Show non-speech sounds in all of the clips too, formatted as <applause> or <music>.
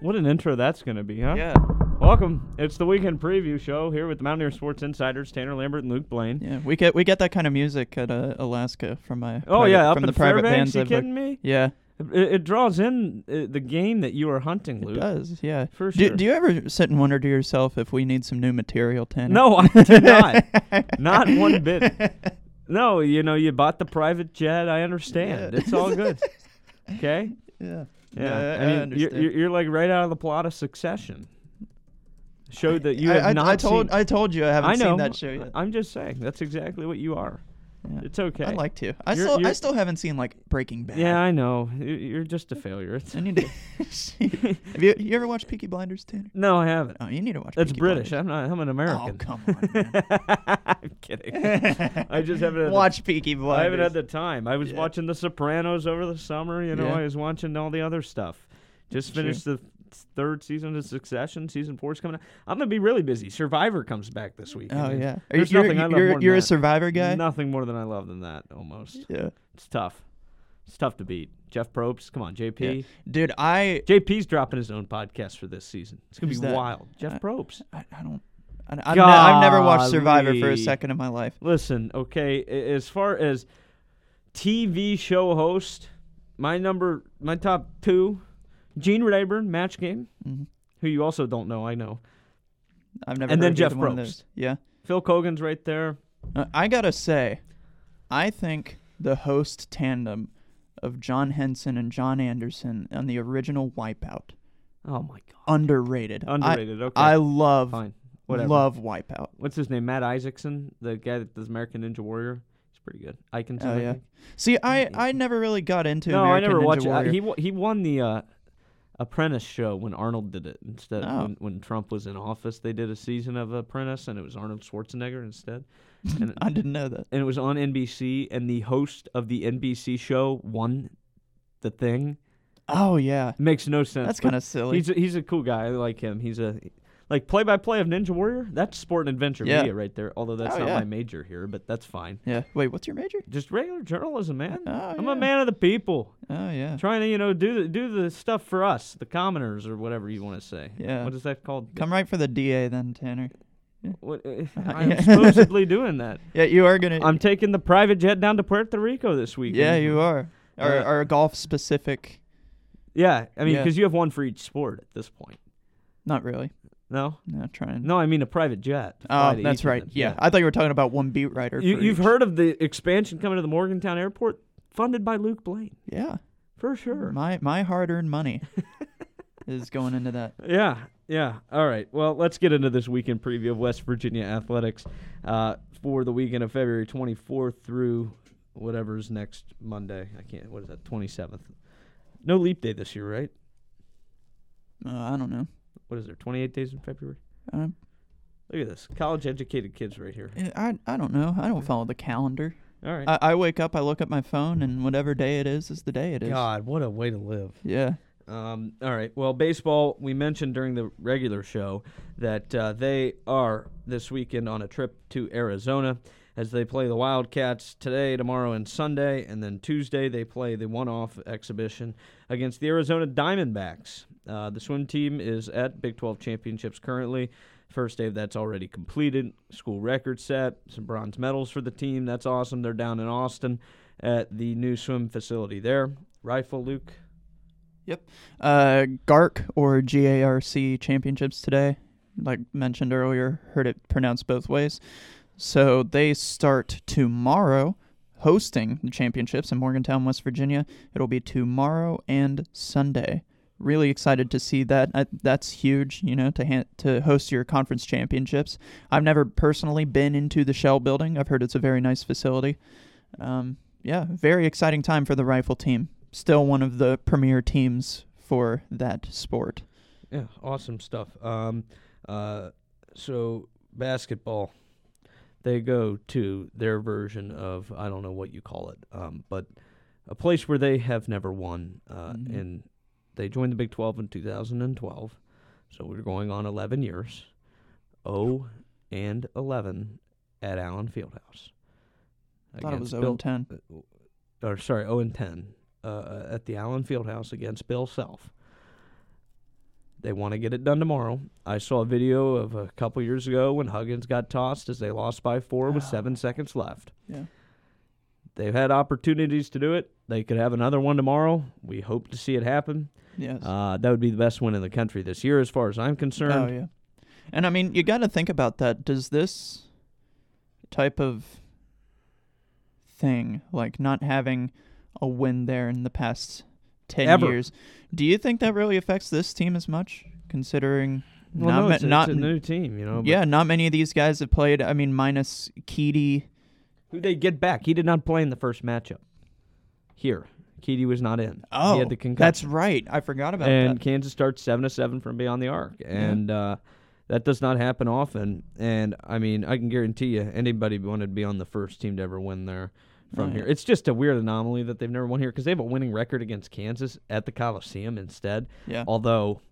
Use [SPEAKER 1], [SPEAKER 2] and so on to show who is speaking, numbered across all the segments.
[SPEAKER 1] What an intro that's going to be, huh?
[SPEAKER 2] Yeah.
[SPEAKER 1] Welcome. It's the weekend preview show here with the Mountaineer Sports Insiders, Tanner Lambert and Luke Blaine.
[SPEAKER 3] Yeah, we get we get that kind of music at uh, Alaska from my
[SPEAKER 1] Oh
[SPEAKER 3] private-
[SPEAKER 1] yeah, up
[SPEAKER 3] from
[SPEAKER 1] in
[SPEAKER 3] the private
[SPEAKER 1] Fairbanks.
[SPEAKER 3] bands
[SPEAKER 1] You
[SPEAKER 3] I've worked-
[SPEAKER 1] kidding me?
[SPEAKER 3] Yeah,
[SPEAKER 1] It, it draws in uh, the game that you are hunting,
[SPEAKER 3] it
[SPEAKER 1] Luke.
[SPEAKER 3] does. Yeah.
[SPEAKER 1] For
[SPEAKER 3] do,
[SPEAKER 1] sure.
[SPEAKER 3] do you ever sit and wonder to yourself if we need some new material, Tanner? <laughs>
[SPEAKER 1] No, I do not. not one bit. No, you know, you bought the private jet. I understand.
[SPEAKER 3] Yeah.
[SPEAKER 1] It's all
[SPEAKER 3] <laughs>
[SPEAKER 1] good. Okay.
[SPEAKER 3] Yeah.
[SPEAKER 1] Yeah.
[SPEAKER 3] I- I
[SPEAKER 1] mean, you're-
[SPEAKER 3] understand.
[SPEAKER 1] You're, you're like right out of the plot of Succession. Showed that you
[SPEAKER 3] I,
[SPEAKER 1] have
[SPEAKER 3] I-
[SPEAKER 1] not
[SPEAKER 3] I told
[SPEAKER 1] seen.
[SPEAKER 3] I told you I haven't
[SPEAKER 1] I know.
[SPEAKER 3] seen that show yet.
[SPEAKER 1] I'm just saying. That's exactly what you are.
[SPEAKER 3] Yeah.
[SPEAKER 1] It's okay.
[SPEAKER 3] I'd like to. I
[SPEAKER 1] You're-
[SPEAKER 3] still I
[SPEAKER 1] you're-
[SPEAKER 3] still haven't seen like Breaking Bad.
[SPEAKER 1] Yeah, I know. You- You're just a failure. It's-
[SPEAKER 3] I need to.
[SPEAKER 1] <laughs>
[SPEAKER 3] <laughs> Have you you ever watched Peaky Blinders, Tanner?
[SPEAKER 1] no, I haven't.
[SPEAKER 3] Oh, you need to watch.
[SPEAKER 1] That's
[SPEAKER 3] Peaky
[SPEAKER 1] British.
[SPEAKER 3] Blinders.
[SPEAKER 1] I'm not. I'm an
[SPEAKER 3] Oh,
[SPEAKER 1] American.
[SPEAKER 3] come on. man.
[SPEAKER 1] <laughs> I'm kidding. I just haven't had the-
[SPEAKER 3] watch Peaky Blinders.
[SPEAKER 1] I haven't had the time. I was
[SPEAKER 3] Yeah.
[SPEAKER 1] watching The Sopranos over the summer. You know,
[SPEAKER 3] Yeah.
[SPEAKER 1] I was watching all the other stuff. Just
[SPEAKER 3] Sure.
[SPEAKER 1] finished the third season of Succession. Season four's coming out. I'm gonna be really busy. Survivor comes back this week.
[SPEAKER 3] Oh yeah. Are
[SPEAKER 1] There's
[SPEAKER 3] you, are
[SPEAKER 1] nothing I love
[SPEAKER 3] you're,
[SPEAKER 1] more than
[SPEAKER 3] you're a
[SPEAKER 1] that.
[SPEAKER 3] survivor guy.
[SPEAKER 1] Nothing more than I love than that. Almost.
[SPEAKER 3] Yeah.
[SPEAKER 1] It's tough. It's tough to beat. Jeff Probst. Come on, JP.
[SPEAKER 3] Dude, I
[SPEAKER 1] JP's dropping his own podcast for this season. It's gonna
[SPEAKER 3] Who's
[SPEAKER 1] be
[SPEAKER 3] that?
[SPEAKER 1] wild. Jeff
[SPEAKER 3] Uh,
[SPEAKER 1] Probst.
[SPEAKER 3] I, I don't. I, I've, ne- I've never watched Survivor for a
[SPEAKER 1] Golly.
[SPEAKER 3] second in my life.
[SPEAKER 1] Listen, okay, a- as far as TV show host, my number, my top two, Gene Rayburn, Match Game,
[SPEAKER 3] Mhm.
[SPEAKER 1] who you also don't know, I know.
[SPEAKER 3] I've never.
[SPEAKER 1] And then
[SPEAKER 3] heard of either
[SPEAKER 1] Jeff
[SPEAKER 3] one of
[SPEAKER 1] Probst.
[SPEAKER 3] those. Yeah.
[SPEAKER 1] Phil Kogan's right there.
[SPEAKER 3] Uh, I gotta say, I think the host tandem of John Henson and John Anderson on the original Wipeout
[SPEAKER 1] Oh my God,
[SPEAKER 3] underrated. I-
[SPEAKER 1] underrated. okay,
[SPEAKER 3] I, love
[SPEAKER 1] fine, whatever.
[SPEAKER 3] love Wipeout.
[SPEAKER 1] What's his name? Matt Isaacson, the guy that does American Ninja Warrior. He's pretty good. Iconson.
[SPEAKER 3] Oh,
[SPEAKER 1] I
[SPEAKER 3] yeah.
[SPEAKER 1] think.
[SPEAKER 3] See, I I never really got into.
[SPEAKER 1] Mm-hmm. No,
[SPEAKER 3] American
[SPEAKER 1] I never
[SPEAKER 3] Ninja
[SPEAKER 1] watched it. I-
[SPEAKER 3] Warrior.
[SPEAKER 1] He wa- he won the uh, Apprentice show when Arnold did it instead.
[SPEAKER 3] Oh.
[SPEAKER 1] When, when Trump was in office, they did a season of Apprentice, and it was Arnold Schwarzenegger instead.
[SPEAKER 3] <laughs>
[SPEAKER 1] And
[SPEAKER 3] I didn't know that.
[SPEAKER 1] and it was on NBC, and the host of the NBC show won the thing.
[SPEAKER 3] Oh yeah,
[SPEAKER 1] Makes no sense.
[SPEAKER 3] that's
[SPEAKER 1] but
[SPEAKER 3] kind of silly.
[SPEAKER 1] He's a, he's a cool guy. I like him. He's a like play by play of Ninja Warrior. That's sport and adventure
[SPEAKER 3] Yeah.
[SPEAKER 1] media right there. Although that's
[SPEAKER 3] Oh,
[SPEAKER 1] not
[SPEAKER 3] yeah.
[SPEAKER 1] my major here, but that's fine.
[SPEAKER 3] Yeah. Wait, what's your major?
[SPEAKER 1] Just regular journalism, man.
[SPEAKER 3] Oh,
[SPEAKER 1] I'm
[SPEAKER 3] yeah.
[SPEAKER 1] a man of the people,
[SPEAKER 3] Oh yeah.
[SPEAKER 1] trying to you know do the, do the stuff for us, the commoners or whatever you want to say.
[SPEAKER 3] Yeah.
[SPEAKER 1] What is that called?
[SPEAKER 3] Come right for the DA then, Tanner.
[SPEAKER 1] What, eh,
[SPEAKER 3] <laughs>
[SPEAKER 1] I'm
[SPEAKER 3] yeah.
[SPEAKER 1] supposedly doing
[SPEAKER 3] <laughs>
[SPEAKER 1] that.
[SPEAKER 3] Yeah, you are gonna.
[SPEAKER 1] I'm taking the private jet down to Puerto Rico this weekend.
[SPEAKER 3] yeah, you are. Or,
[SPEAKER 1] Uh,
[SPEAKER 3] or golf specific?
[SPEAKER 1] Yeah, I mean,
[SPEAKER 3] Yeah.
[SPEAKER 1] because you have one for each sport at this point.
[SPEAKER 3] Not really.
[SPEAKER 1] No,
[SPEAKER 3] No, trying.
[SPEAKER 1] no, I mean a private jet. to
[SPEAKER 3] Oh,
[SPEAKER 1] fly to each
[SPEAKER 3] that's
[SPEAKER 1] of
[SPEAKER 3] right.
[SPEAKER 1] them.
[SPEAKER 3] Yeah. I thought you were talking about one beat writer.
[SPEAKER 1] you,
[SPEAKER 3] for
[SPEAKER 1] you've
[SPEAKER 3] each.
[SPEAKER 1] heard of the expansion coming to the Morgantown Airport, funded by Luke Blaine
[SPEAKER 3] Yeah.
[SPEAKER 1] for sure.
[SPEAKER 3] My my hard earned <laughs> money is going into that.
[SPEAKER 1] Yeah, yeah. All right. Well, let's get into this weekend preview of West Virginia athletics uh, for the weekend of February 24th through whatever's next Monday. I can't. What is that? 27th. No leap day this year, right?
[SPEAKER 3] Uh, I don't know.
[SPEAKER 1] What is there? 28 days in February.
[SPEAKER 3] Um,
[SPEAKER 1] Look at this. College-educated kids right here.
[SPEAKER 3] eh, I I don't know. I don't follow the calendar.
[SPEAKER 1] All right.
[SPEAKER 3] I, I wake up, I look at my phone, and whatever day it is is the day it is.
[SPEAKER 1] God, what a way to live.
[SPEAKER 3] Yeah.
[SPEAKER 1] Um, all right. Well, baseball, we mentioned during the regular show that uh, they are this weekend on a trip to Arizona as they play the Wildcats today, tomorrow, and Sunday. And then Tuesday, they play the one off exhibition against the Arizona Diamondbacks. Uh, the swim team is at Big 12 championships currently. First day of that's already completed. School record set, some bronze medals for the team. That's awesome. They're down in Austin at the new swim facility there. Rifle, Luke.
[SPEAKER 3] Uh, GARC or GARC championships today. Like mentioned earlier, heard it pronounced both ways. So they start tomorrow hosting the championships in Morgantown, West Virginia. It'll be tomorrow and Sunday. Really excited to see that. I, that's huge, you know, to ha- to host your conference championships. I've never personally been into the Shell building. I've heard it's a very nice facility. Um, yeah, very exciting time for the rifle team. Still one of the premier teams for that sport.
[SPEAKER 1] Yeah, awesome stuff. Um, uh, so basketball, they go to their version of I don't know what you call it, um, but a place where they have never won, uh,
[SPEAKER 3] Mhm.
[SPEAKER 1] and they joined the Big Twelve in 2012. So we're going on 11 years, 0 and 11 at Allen Fieldhouse.
[SPEAKER 3] I thought it was
[SPEAKER 1] Against
[SPEAKER 3] 0 10.
[SPEAKER 1] or sorry, uh, 0 and 10 uh, at the Allen Fieldhouse against Bill Self. They want to get it done tomorrow. I saw a video of a couple years ago when Huggins got tossed as they lost by four with
[SPEAKER 3] Oh.
[SPEAKER 1] seven seconds left.
[SPEAKER 3] Yeah.
[SPEAKER 1] They've had opportunities to do it. They could have another one tomorrow. We hope to see it happen.
[SPEAKER 3] Yes.
[SPEAKER 1] Uh, that would be the best win in the country this year, as far as I'm concerned.
[SPEAKER 3] Oh yeah, and I mean you got to think about that. Does this type of thing, like not having a win there in the past ten
[SPEAKER 1] Ever.
[SPEAKER 3] years, do you think that really affects this team as much? Considering
[SPEAKER 1] Well,
[SPEAKER 3] not
[SPEAKER 1] no,
[SPEAKER 3] ma-
[SPEAKER 1] it's, a-
[SPEAKER 3] not
[SPEAKER 1] it's a new team, you know. but
[SPEAKER 3] yeah, not many of these guys have played. I mean, minus Keedy.
[SPEAKER 1] Who they get back? He did not play in the first matchup. Here, Keedy was not in. he
[SPEAKER 3] Oh,
[SPEAKER 1] had the concussion.
[SPEAKER 3] that's right. I forgot about
[SPEAKER 1] and
[SPEAKER 3] that.
[SPEAKER 1] Kansas starts seven to seven from beyond the arc,
[SPEAKER 3] Yeah.
[SPEAKER 1] and uh, that does not happen often. And I mean, I can guarantee you, anybody wanted to be on the first team to ever win there from
[SPEAKER 3] Oh,
[SPEAKER 1] here.
[SPEAKER 3] yeah.
[SPEAKER 1] It's just a weird anomaly that they've never won here because they have a winning record against Kansas at the Coliseum instead.
[SPEAKER 3] Yeah.
[SPEAKER 1] Although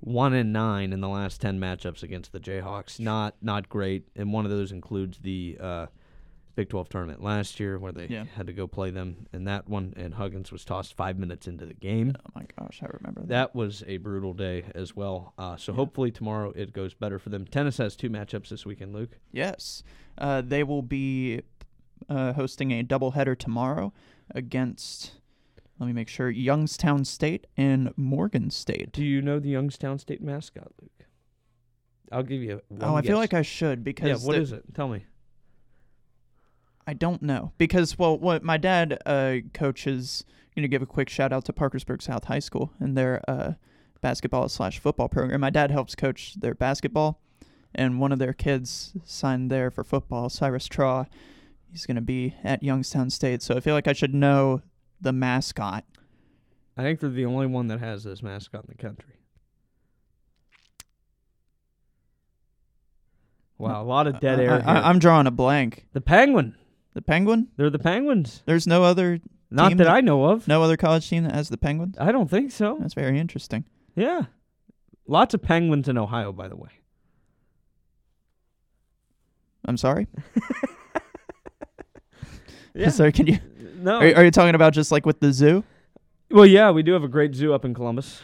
[SPEAKER 1] one and nine in the last ten matchups against the Jayhawks, not not great. And one of those includes the. Uh, Big 12 tournament last year where they
[SPEAKER 3] Yeah.
[SPEAKER 1] had to go play them in that one, and Huggins was tossed five minutes into the game.
[SPEAKER 3] Oh my gosh, I remember that.
[SPEAKER 1] That was a brutal day as well. Uh, so hopefully tomorrow it goes better for them. Tennis has two matchups this weekend, Luke.
[SPEAKER 3] Yes. Uh, they will be uh, hosting a doubleheader tomorrow against, let me make sure, Youngstown State and Morgan State.
[SPEAKER 1] Do you know the Youngstown State mascot, Luke? I'll give you. one
[SPEAKER 3] Oh, I feel
[SPEAKER 1] guess.
[SPEAKER 3] like I should because
[SPEAKER 1] Yeah, what
[SPEAKER 3] the-
[SPEAKER 1] is it? Tell me.
[SPEAKER 3] I don't know. Because, well, what my dad uh, coaches, you know, give a quick shout out to Parkersburg South High School and their uh, basketball slash football program. My dad helps coach their basketball, and one of their kids signed there for football, Cyrus Traw. He's going to be at Youngstown State. So I feel like I should know the mascot.
[SPEAKER 1] I think they're the only one that has this mascot in the country. Wow, a lot of dead
[SPEAKER 3] I-
[SPEAKER 1] air.
[SPEAKER 3] I,
[SPEAKER 1] here.
[SPEAKER 3] am drawing a blank.
[SPEAKER 1] the Penguin.
[SPEAKER 3] The Penguin?
[SPEAKER 1] They're the Penguins.
[SPEAKER 3] There's no other
[SPEAKER 1] Not
[SPEAKER 3] Team
[SPEAKER 1] that
[SPEAKER 3] that-
[SPEAKER 1] I know of.
[SPEAKER 3] no other college team that has the Penguins.
[SPEAKER 1] I don't think so.
[SPEAKER 3] That's very interesting.
[SPEAKER 1] Yeah. Lots of penguins in Ohio, by the way.
[SPEAKER 3] I'm sorry.
[SPEAKER 1] <laughs> Yeah.
[SPEAKER 3] <laughs> Sorry, can you?
[SPEAKER 1] No.
[SPEAKER 3] Are, are you talking about just like with the zoo?
[SPEAKER 1] Well, yeah, we do have a great zoo up in Columbus.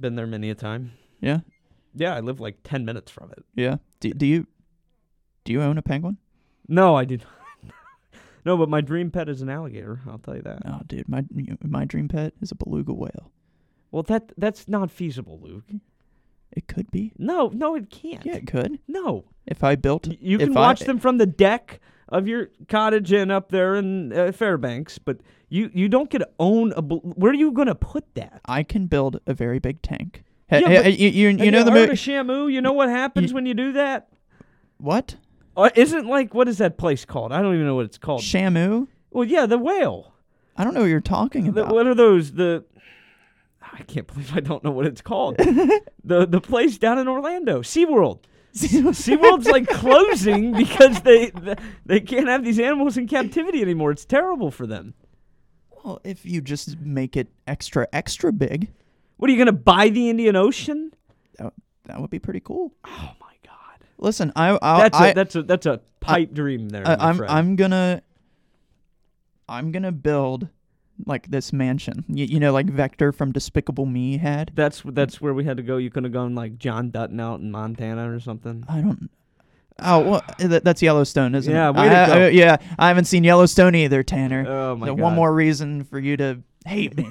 [SPEAKER 1] Been there many a time.
[SPEAKER 3] Yeah.
[SPEAKER 1] Yeah, I live like 10 minutes from it.
[SPEAKER 3] Yeah. Do, do you do you own a penguin?
[SPEAKER 1] No, I do not. <laughs> no, but my dream pet is an alligator. I'll tell you that.
[SPEAKER 3] Oh, dude, my my dream pet is a beluga whale.
[SPEAKER 1] Well, that that's not feasible, Luke.
[SPEAKER 3] It could be.
[SPEAKER 1] No, no, it can't.
[SPEAKER 3] Yeah, it could.
[SPEAKER 1] No.
[SPEAKER 3] If I built,
[SPEAKER 1] Y- You
[SPEAKER 3] if
[SPEAKER 1] can
[SPEAKER 3] I-
[SPEAKER 1] watch them from the deck of your cottage and up there in uh, Fairbanks, but you, you don't get to own a. bel- Where are you going to put that?
[SPEAKER 3] I can build a very big tank. Hey,
[SPEAKER 1] Yeah,
[SPEAKER 3] hey,
[SPEAKER 1] but-
[SPEAKER 3] hey, you, you, you
[SPEAKER 1] Have
[SPEAKER 3] know the
[SPEAKER 1] heard
[SPEAKER 3] movie?
[SPEAKER 1] of Shamu? You know what happens when you do that?
[SPEAKER 3] what?
[SPEAKER 1] Uh, isn't like what is that place called? I don't even know what it's called.
[SPEAKER 3] Shamu?
[SPEAKER 1] well, yeah, the whale.
[SPEAKER 3] I don't know what you're talking
[SPEAKER 1] The-
[SPEAKER 3] about.
[SPEAKER 1] what are those? The I can't believe I don't know what it's
[SPEAKER 3] <laughs>
[SPEAKER 1] called. the the place down in Orlando, SeaWorld. SeaWorld's like closing because they th- they can't have these animals in captivity anymore. It's terrible for them.
[SPEAKER 3] <laughs> well, if you just make it extra extra big,
[SPEAKER 1] What are you going to buy the Indian Ocean?
[SPEAKER 3] that, that would be pretty cool.
[SPEAKER 1] Oh my god.
[SPEAKER 3] Listen, I I
[SPEAKER 1] That's
[SPEAKER 3] Uh, I,
[SPEAKER 1] a that's a that's a pipe dream there.
[SPEAKER 3] I,
[SPEAKER 1] my
[SPEAKER 3] I'm
[SPEAKER 1] friend.
[SPEAKER 3] I'm gonna I'm gonna build like this mansion. You, you know, like Vector from Despicable Me had.
[SPEAKER 1] that's that's where we had to go. You could have gone like John Dutton out in Montana or something.
[SPEAKER 3] I don't. Oh,
[SPEAKER 1] <sighs>
[SPEAKER 3] well, that, that's Yellowstone, isn't
[SPEAKER 1] Yeah,
[SPEAKER 3] it?
[SPEAKER 1] way to
[SPEAKER 3] I- I-
[SPEAKER 1] go.
[SPEAKER 3] yeah, I haven't seen Yellowstone either, Tanner.
[SPEAKER 1] Oh my
[SPEAKER 3] So
[SPEAKER 1] god.
[SPEAKER 3] One more reason for you to
[SPEAKER 1] <laughs>
[SPEAKER 3] hate me.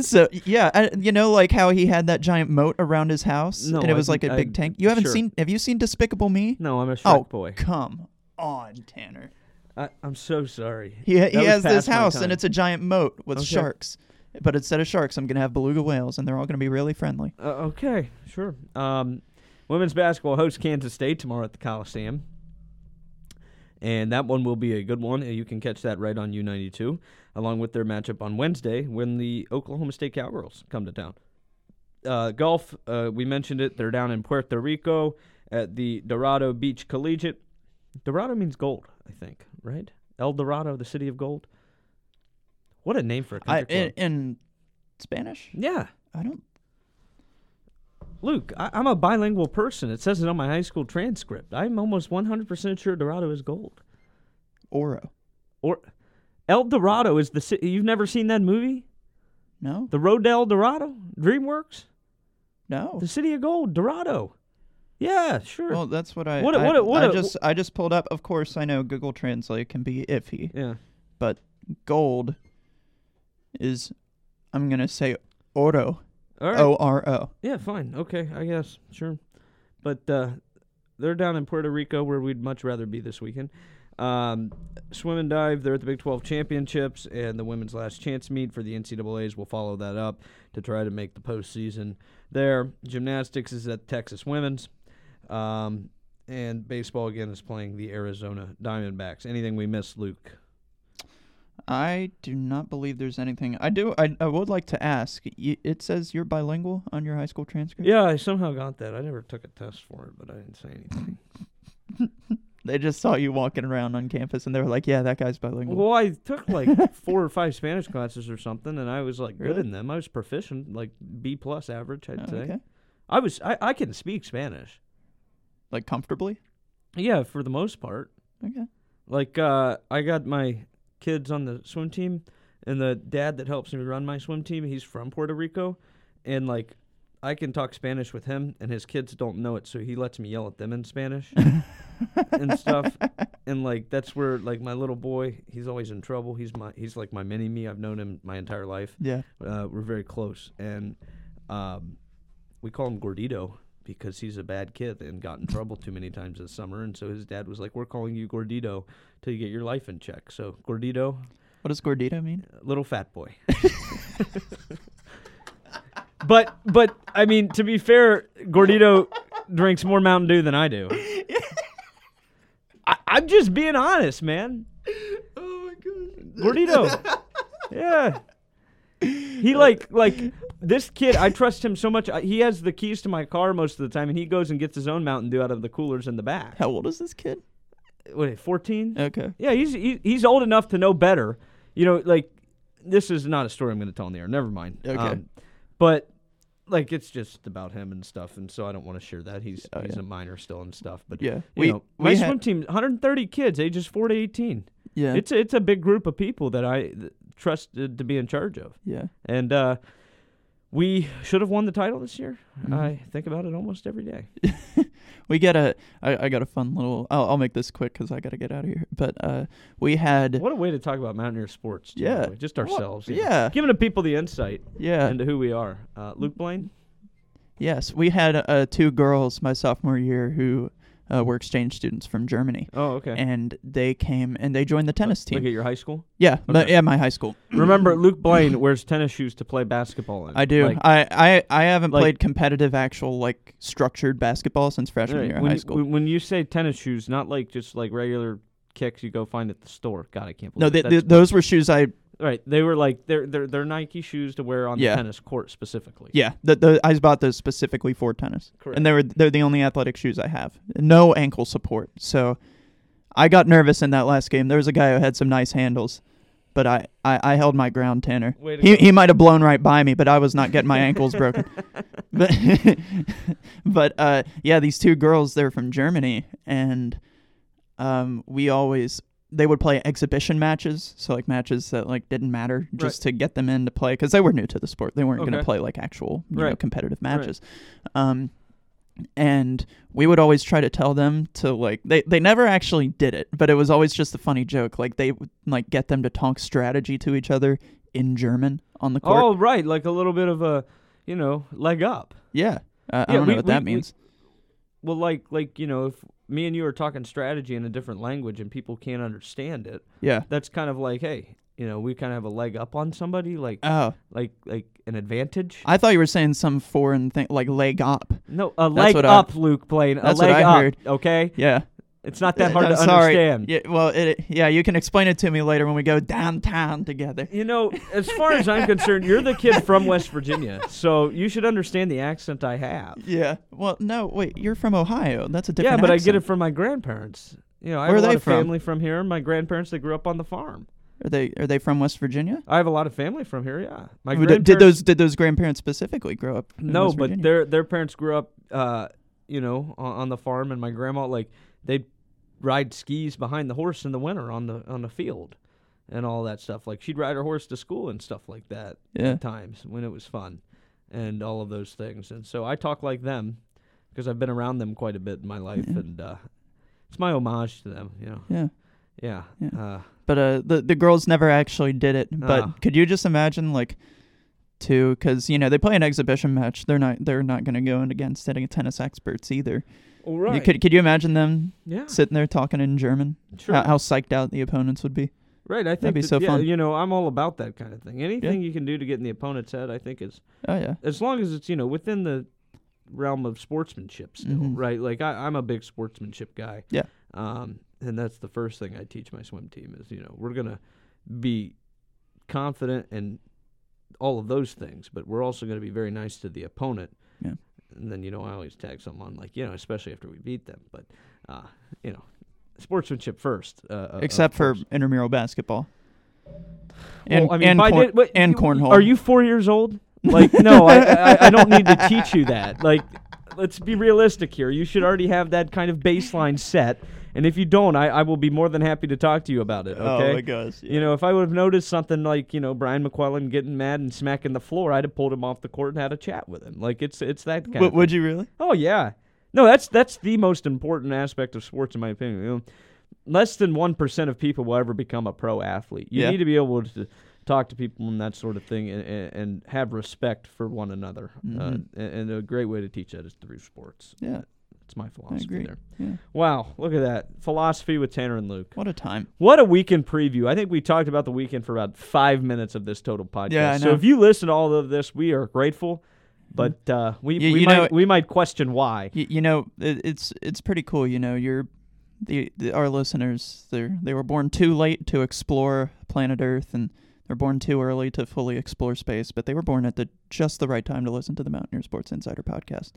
[SPEAKER 3] so yeah, I, you know, like how he had that giant moat around his house,
[SPEAKER 1] No,
[SPEAKER 3] and it
[SPEAKER 1] I
[SPEAKER 3] was like
[SPEAKER 1] didn't-
[SPEAKER 3] a
[SPEAKER 1] I-
[SPEAKER 3] big tank. You haven't
[SPEAKER 1] sure.
[SPEAKER 3] seen? Have you seen Despicable Me?
[SPEAKER 1] No, I'm a Shrek
[SPEAKER 3] Oh.
[SPEAKER 1] boy.
[SPEAKER 3] Come on, Tanner.
[SPEAKER 1] I, I'm so sorry.
[SPEAKER 3] He,
[SPEAKER 1] That
[SPEAKER 3] he
[SPEAKER 1] was
[SPEAKER 3] has this
[SPEAKER 1] past my
[SPEAKER 3] house
[SPEAKER 1] time.
[SPEAKER 3] and it's a giant moat with
[SPEAKER 1] Okay.
[SPEAKER 3] sharks. But instead of sharks, I'm gonna have beluga whales, and they're all gonna be really friendly.
[SPEAKER 1] Uh, okay, sure. Um, women's basketball hosts Kansas State tomorrow at the Coliseum. And that one will be a good one. and You can catch that right on U92, along with their matchup on Wednesday when the Oklahoma State Cowgirls come to town. Uh, golf, uh, we mentioned it. They're down in Puerto Rico at the Dorado Beach Collegiate. Dorado means gold, I think, right? El Dorado, the city of gold. What a name for a
[SPEAKER 3] I,
[SPEAKER 1] country
[SPEAKER 3] in,
[SPEAKER 1] club.
[SPEAKER 3] in Spanish,
[SPEAKER 1] yeah.
[SPEAKER 3] I don't.
[SPEAKER 1] Luke, I, I'm a bilingual person. It says it on my high school transcript. I'm almost 100% sure Dorado is gold.
[SPEAKER 3] Oro.
[SPEAKER 1] Or El Dorado is the city. You've never seen that movie?
[SPEAKER 3] No.
[SPEAKER 1] The Road to El Dorado? DreamWorks?
[SPEAKER 3] No.
[SPEAKER 1] The City of Gold, Dorado. Yeah, sure.
[SPEAKER 3] Well, that's what I.
[SPEAKER 1] What a-
[SPEAKER 3] I-
[SPEAKER 1] what a- what
[SPEAKER 3] I
[SPEAKER 1] a-
[SPEAKER 3] just I just pulled up. Of course, I know Google Translate can be iffy,
[SPEAKER 1] yeah.
[SPEAKER 3] but gold is, I'm gonna say, oro,
[SPEAKER 1] All right.
[SPEAKER 3] O R O.
[SPEAKER 1] Yeah, fine. Okay, I guess. Sure. But uh, they're down in Puerto Rico where we'd much rather be this weekend. Um, swim and dive, they're at the Big 12 Championships, and the women's last chance meet for the NCAAs will follow that up to try to make the postseason there. Gymnastics is at Texas Women's. Um, and baseball, again, is playing the Arizona Diamondbacks. Anything we missed, Luke?
[SPEAKER 3] I do not believe there's anything. I do. I, I would like to ask. y- It says you're bilingual on your high school transcript.
[SPEAKER 1] Yeah, I somehow got that. I never took a test for it, but I didn't say anything.
[SPEAKER 3] They just saw you walking around on campus and they were like, "Yeah, that guy's bilingual."
[SPEAKER 1] Well, I took
[SPEAKER 3] <laughs>
[SPEAKER 1] like four or five Spanish classes or something, and I was like good
[SPEAKER 3] Really?
[SPEAKER 1] in them. I was proficient, like B plus average, I'd
[SPEAKER 3] Oh,
[SPEAKER 1] say.
[SPEAKER 3] okay.
[SPEAKER 1] I was I, I can speak Spanish.
[SPEAKER 3] Like comfortably.
[SPEAKER 1] Yeah, for the most part.
[SPEAKER 3] Okay.
[SPEAKER 1] Like uh, I got my kids on the swim team, and the dad that helps me run my swim team, he's from Puerto Rico, and like I can talk Spanish with him, and his kids don't know it, so he lets me yell at them in Spanish and stuff. And like that's where like my little boy, he's always in trouble. He's my he's like my mini me. I've known him my entire life.
[SPEAKER 3] Yeah.
[SPEAKER 1] Uh, we're very close, and um, we call him Gordito because he's a bad kid and got in trouble too many times this summer. And so his dad was like, "We're calling you Gordito till you get your life in check." So Gordito,
[SPEAKER 3] What does gordita mean?
[SPEAKER 1] little fat boy. <laughs> but but I mean, to be fair, Gordito drinks more Mountain Dew than I do. I, I'm just being honest, man.
[SPEAKER 3] Oh my
[SPEAKER 1] Gordito. yeah. He like like this kid. I trust him so much. I, he has the keys to my car most of the time, and he goes and gets his own Mountain Dew out of the coolers in the back.
[SPEAKER 3] How old is this kid?
[SPEAKER 1] What? Fourteen?
[SPEAKER 3] Okay.
[SPEAKER 1] Yeah, he's he, he's old enough to know better. You know, like this is not a story I'm going to tell on the air. Never mind. Um,
[SPEAKER 3] Okay.
[SPEAKER 1] but like it's just about him and stuff, and so I don't want to share that. He's
[SPEAKER 3] Oh,
[SPEAKER 1] he's
[SPEAKER 3] yeah.
[SPEAKER 1] a minor still and stuff. But
[SPEAKER 3] Yeah.
[SPEAKER 1] you
[SPEAKER 3] We-
[SPEAKER 1] know, my
[SPEAKER 3] we had-
[SPEAKER 1] swim team, 130 kids, ages four to 18.
[SPEAKER 3] Yeah.
[SPEAKER 1] It's a, it's a big group of people that I th- trusted to be in charge of,
[SPEAKER 3] yeah.
[SPEAKER 1] and uh, we should have won the title this year.
[SPEAKER 3] Mhm.
[SPEAKER 1] I think about it almost every day.
[SPEAKER 3] we get a I, I got a fun little I'll, I'll make this quick because i gotta get out of here but uh we had
[SPEAKER 1] What a way to talk about Mountaineer sports! too, by
[SPEAKER 3] Yeah.
[SPEAKER 1] the way. just ourselves.
[SPEAKER 3] Well, yeah.
[SPEAKER 1] giving the people the insight
[SPEAKER 3] yeah
[SPEAKER 1] into who we are. Uh, Luke Blaine.
[SPEAKER 3] yes we had uh two girls my sophomore year who uh, were exchange students from germany
[SPEAKER 1] Oh, okay.
[SPEAKER 3] and they came and they joined the tennis
[SPEAKER 1] Look
[SPEAKER 3] team
[SPEAKER 1] at your high school.
[SPEAKER 3] yeah but
[SPEAKER 1] okay.
[SPEAKER 3] yeah my high school <clears throat>
[SPEAKER 1] Remember, Luke Blaine wears tennis shoes to play basketball in.
[SPEAKER 3] i do
[SPEAKER 1] Like,
[SPEAKER 3] I, I i haven't
[SPEAKER 1] like-
[SPEAKER 3] played competitive actual like structured basketball since freshman
[SPEAKER 1] right,
[SPEAKER 3] year in
[SPEAKER 1] when,
[SPEAKER 3] high
[SPEAKER 1] you-
[SPEAKER 3] school
[SPEAKER 1] When, when you say tennis shoes, not like just like regular kicks you go find at the store. God, I can't believe
[SPEAKER 3] no
[SPEAKER 1] it.
[SPEAKER 3] th
[SPEAKER 1] That's
[SPEAKER 3] th those were shoes i
[SPEAKER 1] Right. They were like they're they're they're Nike shoes to wear on
[SPEAKER 3] Yeah.
[SPEAKER 1] the tennis court specifically.
[SPEAKER 3] yeah th th i bought those specifically for tennis
[SPEAKER 1] Correct.
[SPEAKER 3] and they were they're the only athletic shoes I have. No ankle support. So I got nervous in that last game. There was a guy who had some nice handles, but I I, I held my ground, Tanner.
[SPEAKER 1] Way to
[SPEAKER 3] He
[SPEAKER 1] go.
[SPEAKER 3] he might have blown right by me, but I was not getting my ankles
[SPEAKER 1] <laughs>
[SPEAKER 3] broken. But <laughs> but uh yeah, these two girls they're from Germany and um we always they would play exhibition matches, so like matches that like didn't matter just to get them in to play because they were new to the sport. They weren't going to
[SPEAKER 1] Okay.
[SPEAKER 3] play like actual you know,
[SPEAKER 1] Right.
[SPEAKER 3] competitive
[SPEAKER 1] Right.
[SPEAKER 3] matches. Um, and we would always try to tell them to like they, they never actually did it but it was always just a funny joke like they would like get them to talk strategy to each other in german on the court
[SPEAKER 1] oh, right. Like a little bit of a, you know, leg up.
[SPEAKER 3] yeah uh, i
[SPEAKER 1] Oh. Yeah,
[SPEAKER 3] don't
[SPEAKER 1] we-
[SPEAKER 3] know what
[SPEAKER 1] we-
[SPEAKER 3] that
[SPEAKER 1] we-
[SPEAKER 3] means
[SPEAKER 1] Well, like like you know, if me and you are talking strategy in a different language and people can't understand it,
[SPEAKER 3] yeah
[SPEAKER 1] that's kind of like, hey, you know, we kind of have a leg up on somebody, like
[SPEAKER 3] oh
[SPEAKER 1] like like an advantage.
[SPEAKER 3] i thought you were saying some foreign thing like leg up
[SPEAKER 1] No, a
[SPEAKER 3] That's
[SPEAKER 1] leg
[SPEAKER 3] what I-
[SPEAKER 1] up, Luke Blaine. A
[SPEAKER 3] that's what
[SPEAKER 1] leg
[SPEAKER 3] I
[SPEAKER 1] up.
[SPEAKER 3] heard.
[SPEAKER 1] Okay,
[SPEAKER 3] yeah
[SPEAKER 1] it's not
[SPEAKER 3] <laughs>
[SPEAKER 1] that hard
[SPEAKER 3] I'm
[SPEAKER 1] to
[SPEAKER 3] sorry
[SPEAKER 1] understand.
[SPEAKER 3] yeah well it, yeah you can explain it to me later when we go downtown together
[SPEAKER 1] You know, as far as I'm concerned, you're the kid
[SPEAKER 3] <laughs>
[SPEAKER 1] from West Virginia, so you should understand the accent I have.
[SPEAKER 3] yeah well no wait you're from ohio that's a
[SPEAKER 1] Yeah,
[SPEAKER 3] different
[SPEAKER 1] but I get
[SPEAKER 3] accent.
[SPEAKER 1] it from my grandparents. You know, I have
[SPEAKER 3] Where are
[SPEAKER 1] a
[SPEAKER 3] they
[SPEAKER 1] lot of
[SPEAKER 3] from?
[SPEAKER 1] family from here. My grandparents, they grew up on the farm.
[SPEAKER 3] are they are they from west virginia
[SPEAKER 1] I have a lot of family from here. Yeah, my
[SPEAKER 3] Well, did, did
[SPEAKER 1] grandparents-
[SPEAKER 3] those did those grandparents specifically grow up? in
[SPEAKER 1] No,
[SPEAKER 3] West
[SPEAKER 1] but
[SPEAKER 3] Virginia?
[SPEAKER 1] their their parents grew up, uh, you know, on, on the farm, and my grandma like they'd ride skis behind the horse in the winter on the on the field, and all that stuff. Like she'd ride her horse to school and stuff like that.
[SPEAKER 3] yeah.
[SPEAKER 1] times when it was fun. and all of those things. And so I talk like them because I've been around them quite a bit in my life,
[SPEAKER 3] Yeah.
[SPEAKER 1] and uh, it's my homage to them. You know,
[SPEAKER 3] Yeah.
[SPEAKER 1] yeah,
[SPEAKER 3] Yeah.
[SPEAKER 1] Uh,
[SPEAKER 3] But uh, the the girls never actually did it. But
[SPEAKER 1] Ah.
[SPEAKER 3] could you just imagine like two? Because you know they play an exhibition match. They're not they're not going to go in against any tennis experts either.
[SPEAKER 1] all
[SPEAKER 3] You-
[SPEAKER 1] right,
[SPEAKER 3] could could you imagine them
[SPEAKER 1] yeah,
[SPEAKER 3] sitting there talking in German?
[SPEAKER 1] sure.
[SPEAKER 3] How, how psyched out the opponents would be.
[SPEAKER 1] Right, I think
[SPEAKER 3] be
[SPEAKER 1] that-
[SPEAKER 3] so
[SPEAKER 1] yeah,
[SPEAKER 3] fun.
[SPEAKER 1] You know, I'm all about that kind of thing. Anything you can do to get in the opponent's head, I think is
[SPEAKER 3] Oh yeah.
[SPEAKER 1] as long as it's you know within the realm of sportsmanship still,
[SPEAKER 3] Mhm.
[SPEAKER 1] right? Like I, I'm a big sportsmanship guy.
[SPEAKER 3] Yeah.
[SPEAKER 1] Um, and that's the first thing I teach my swim team is you know we're gonna be confident and all of those things, but we're also gonna be very nice to the opponent.
[SPEAKER 3] Yeah.
[SPEAKER 1] And then you know I always tag someone like you know especially after we beat them, but uh, you know sportsmanship first. Uh, uh, of
[SPEAKER 3] Except for
[SPEAKER 1] course.
[SPEAKER 3] intramural basketball.
[SPEAKER 1] Well,
[SPEAKER 3] And
[SPEAKER 1] I mean,
[SPEAKER 3] and,
[SPEAKER 1] by
[SPEAKER 3] corn-
[SPEAKER 1] di- what-
[SPEAKER 3] and
[SPEAKER 1] you-
[SPEAKER 3] cornhole.
[SPEAKER 1] Are you four years old? Like, no, I, I, I don't need to teach you that. Like, let's be realistic here. You should already have that kind of baseline set. And if you don't, I, I will be more than happy to talk to you about it. Okay.
[SPEAKER 3] Oh my gosh. Yeah.
[SPEAKER 1] You know, if I would have noticed something like you know Brian McClellan getting mad and smacking the floor, I'd have pulled him off the court and had a chat with him. Like, it's it's that kind. of
[SPEAKER 3] W- would you really?
[SPEAKER 1] Oh yeah. No, that's that's the most important aspect of sports in my opinion. You know, less than 1% of people will ever become a pro athlete. You
[SPEAKER 3] Yeah.
[SPEAKER 1] need to be able to talk to people and that sort of thing and, and, and have respect for one another. Uh,
[SPEAKER 3] Mhm.
[SPEAKER 1] and, and a great way to teach that is through sports.
[SPEAKER 3] Yeah.
[SPEAKER 1] That's my philosophy
[SPEAKER 3] agree.
[SPEAKER 1] there.
[SPEAKER 3] Yeah.
[SPEAKER 1] Wow, look at that. Philosophy with Tanner and Luke.
[SPEAKER 3] What a time.
[SPEAKER 1] What a weekend preview. I think we talked about the weekend for about five minutes of this total podcast.
[SPEAKER 3] Yeah, I
[SPEAKER 1] So
[SPEAKER 3] know.
[SPEAKER 1] if you listen to all of this, we are grateful. But uh, we,
[SPEAKER 3] You-
[SPEAKER 1] we,
[SPEAKER 3] you
[SPEAKER 1] might,
[SPEAKER 3] know-
[SPEAKER 1] we might question why.
[SPEAKER 3] Y- you know, it, it's it's pretty cool. You know, you're the, the our listeners. They they were born too late to explore planet Earth, and they're born too early to fully explore space. But they were born at the just the right time to listen to the Mountaineer Sports Insider podcast.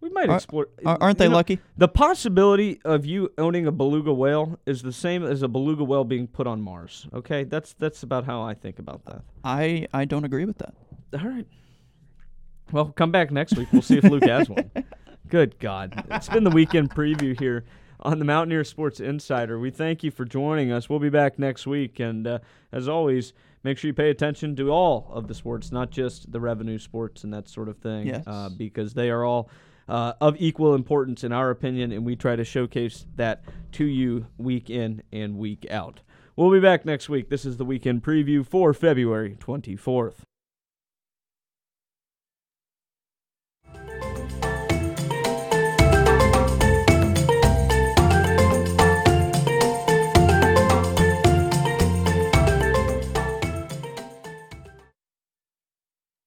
[SPEAKER 1] We might
[SPEAKER 3] Are-
[SPEAKER 1] explore.
[SPEAKER 3] Ar- aren't they
[SPEAKER 1] you know,
[SPEAKER 3] lucky?
[SPEAKER 1] The possibility of you owning a beluga whale is the same as a beluga whale being put on Mars. Okay, that's that's about how I think about that.
[SPEAKER 3] I I don't agree with that.
[SPEAKER 1] All right. Well, come back next week. We'll see if Luke has one. Good God, it's been the weekend preview here on the Mountaineer Sports Insider. We thank you for joining us. We'll be back next week, and uh, as always. Make sure you pay attention to all of the sports, not just the revenue sports and that sort of thing,
[SPEAKER 3] Yes.
[SPEAKER 1] uh, because they are all uh, of equal importance in our opinion, and we try to showcase that to you week in and week out. We'll be back next week. This is the weekend preview for February 24th.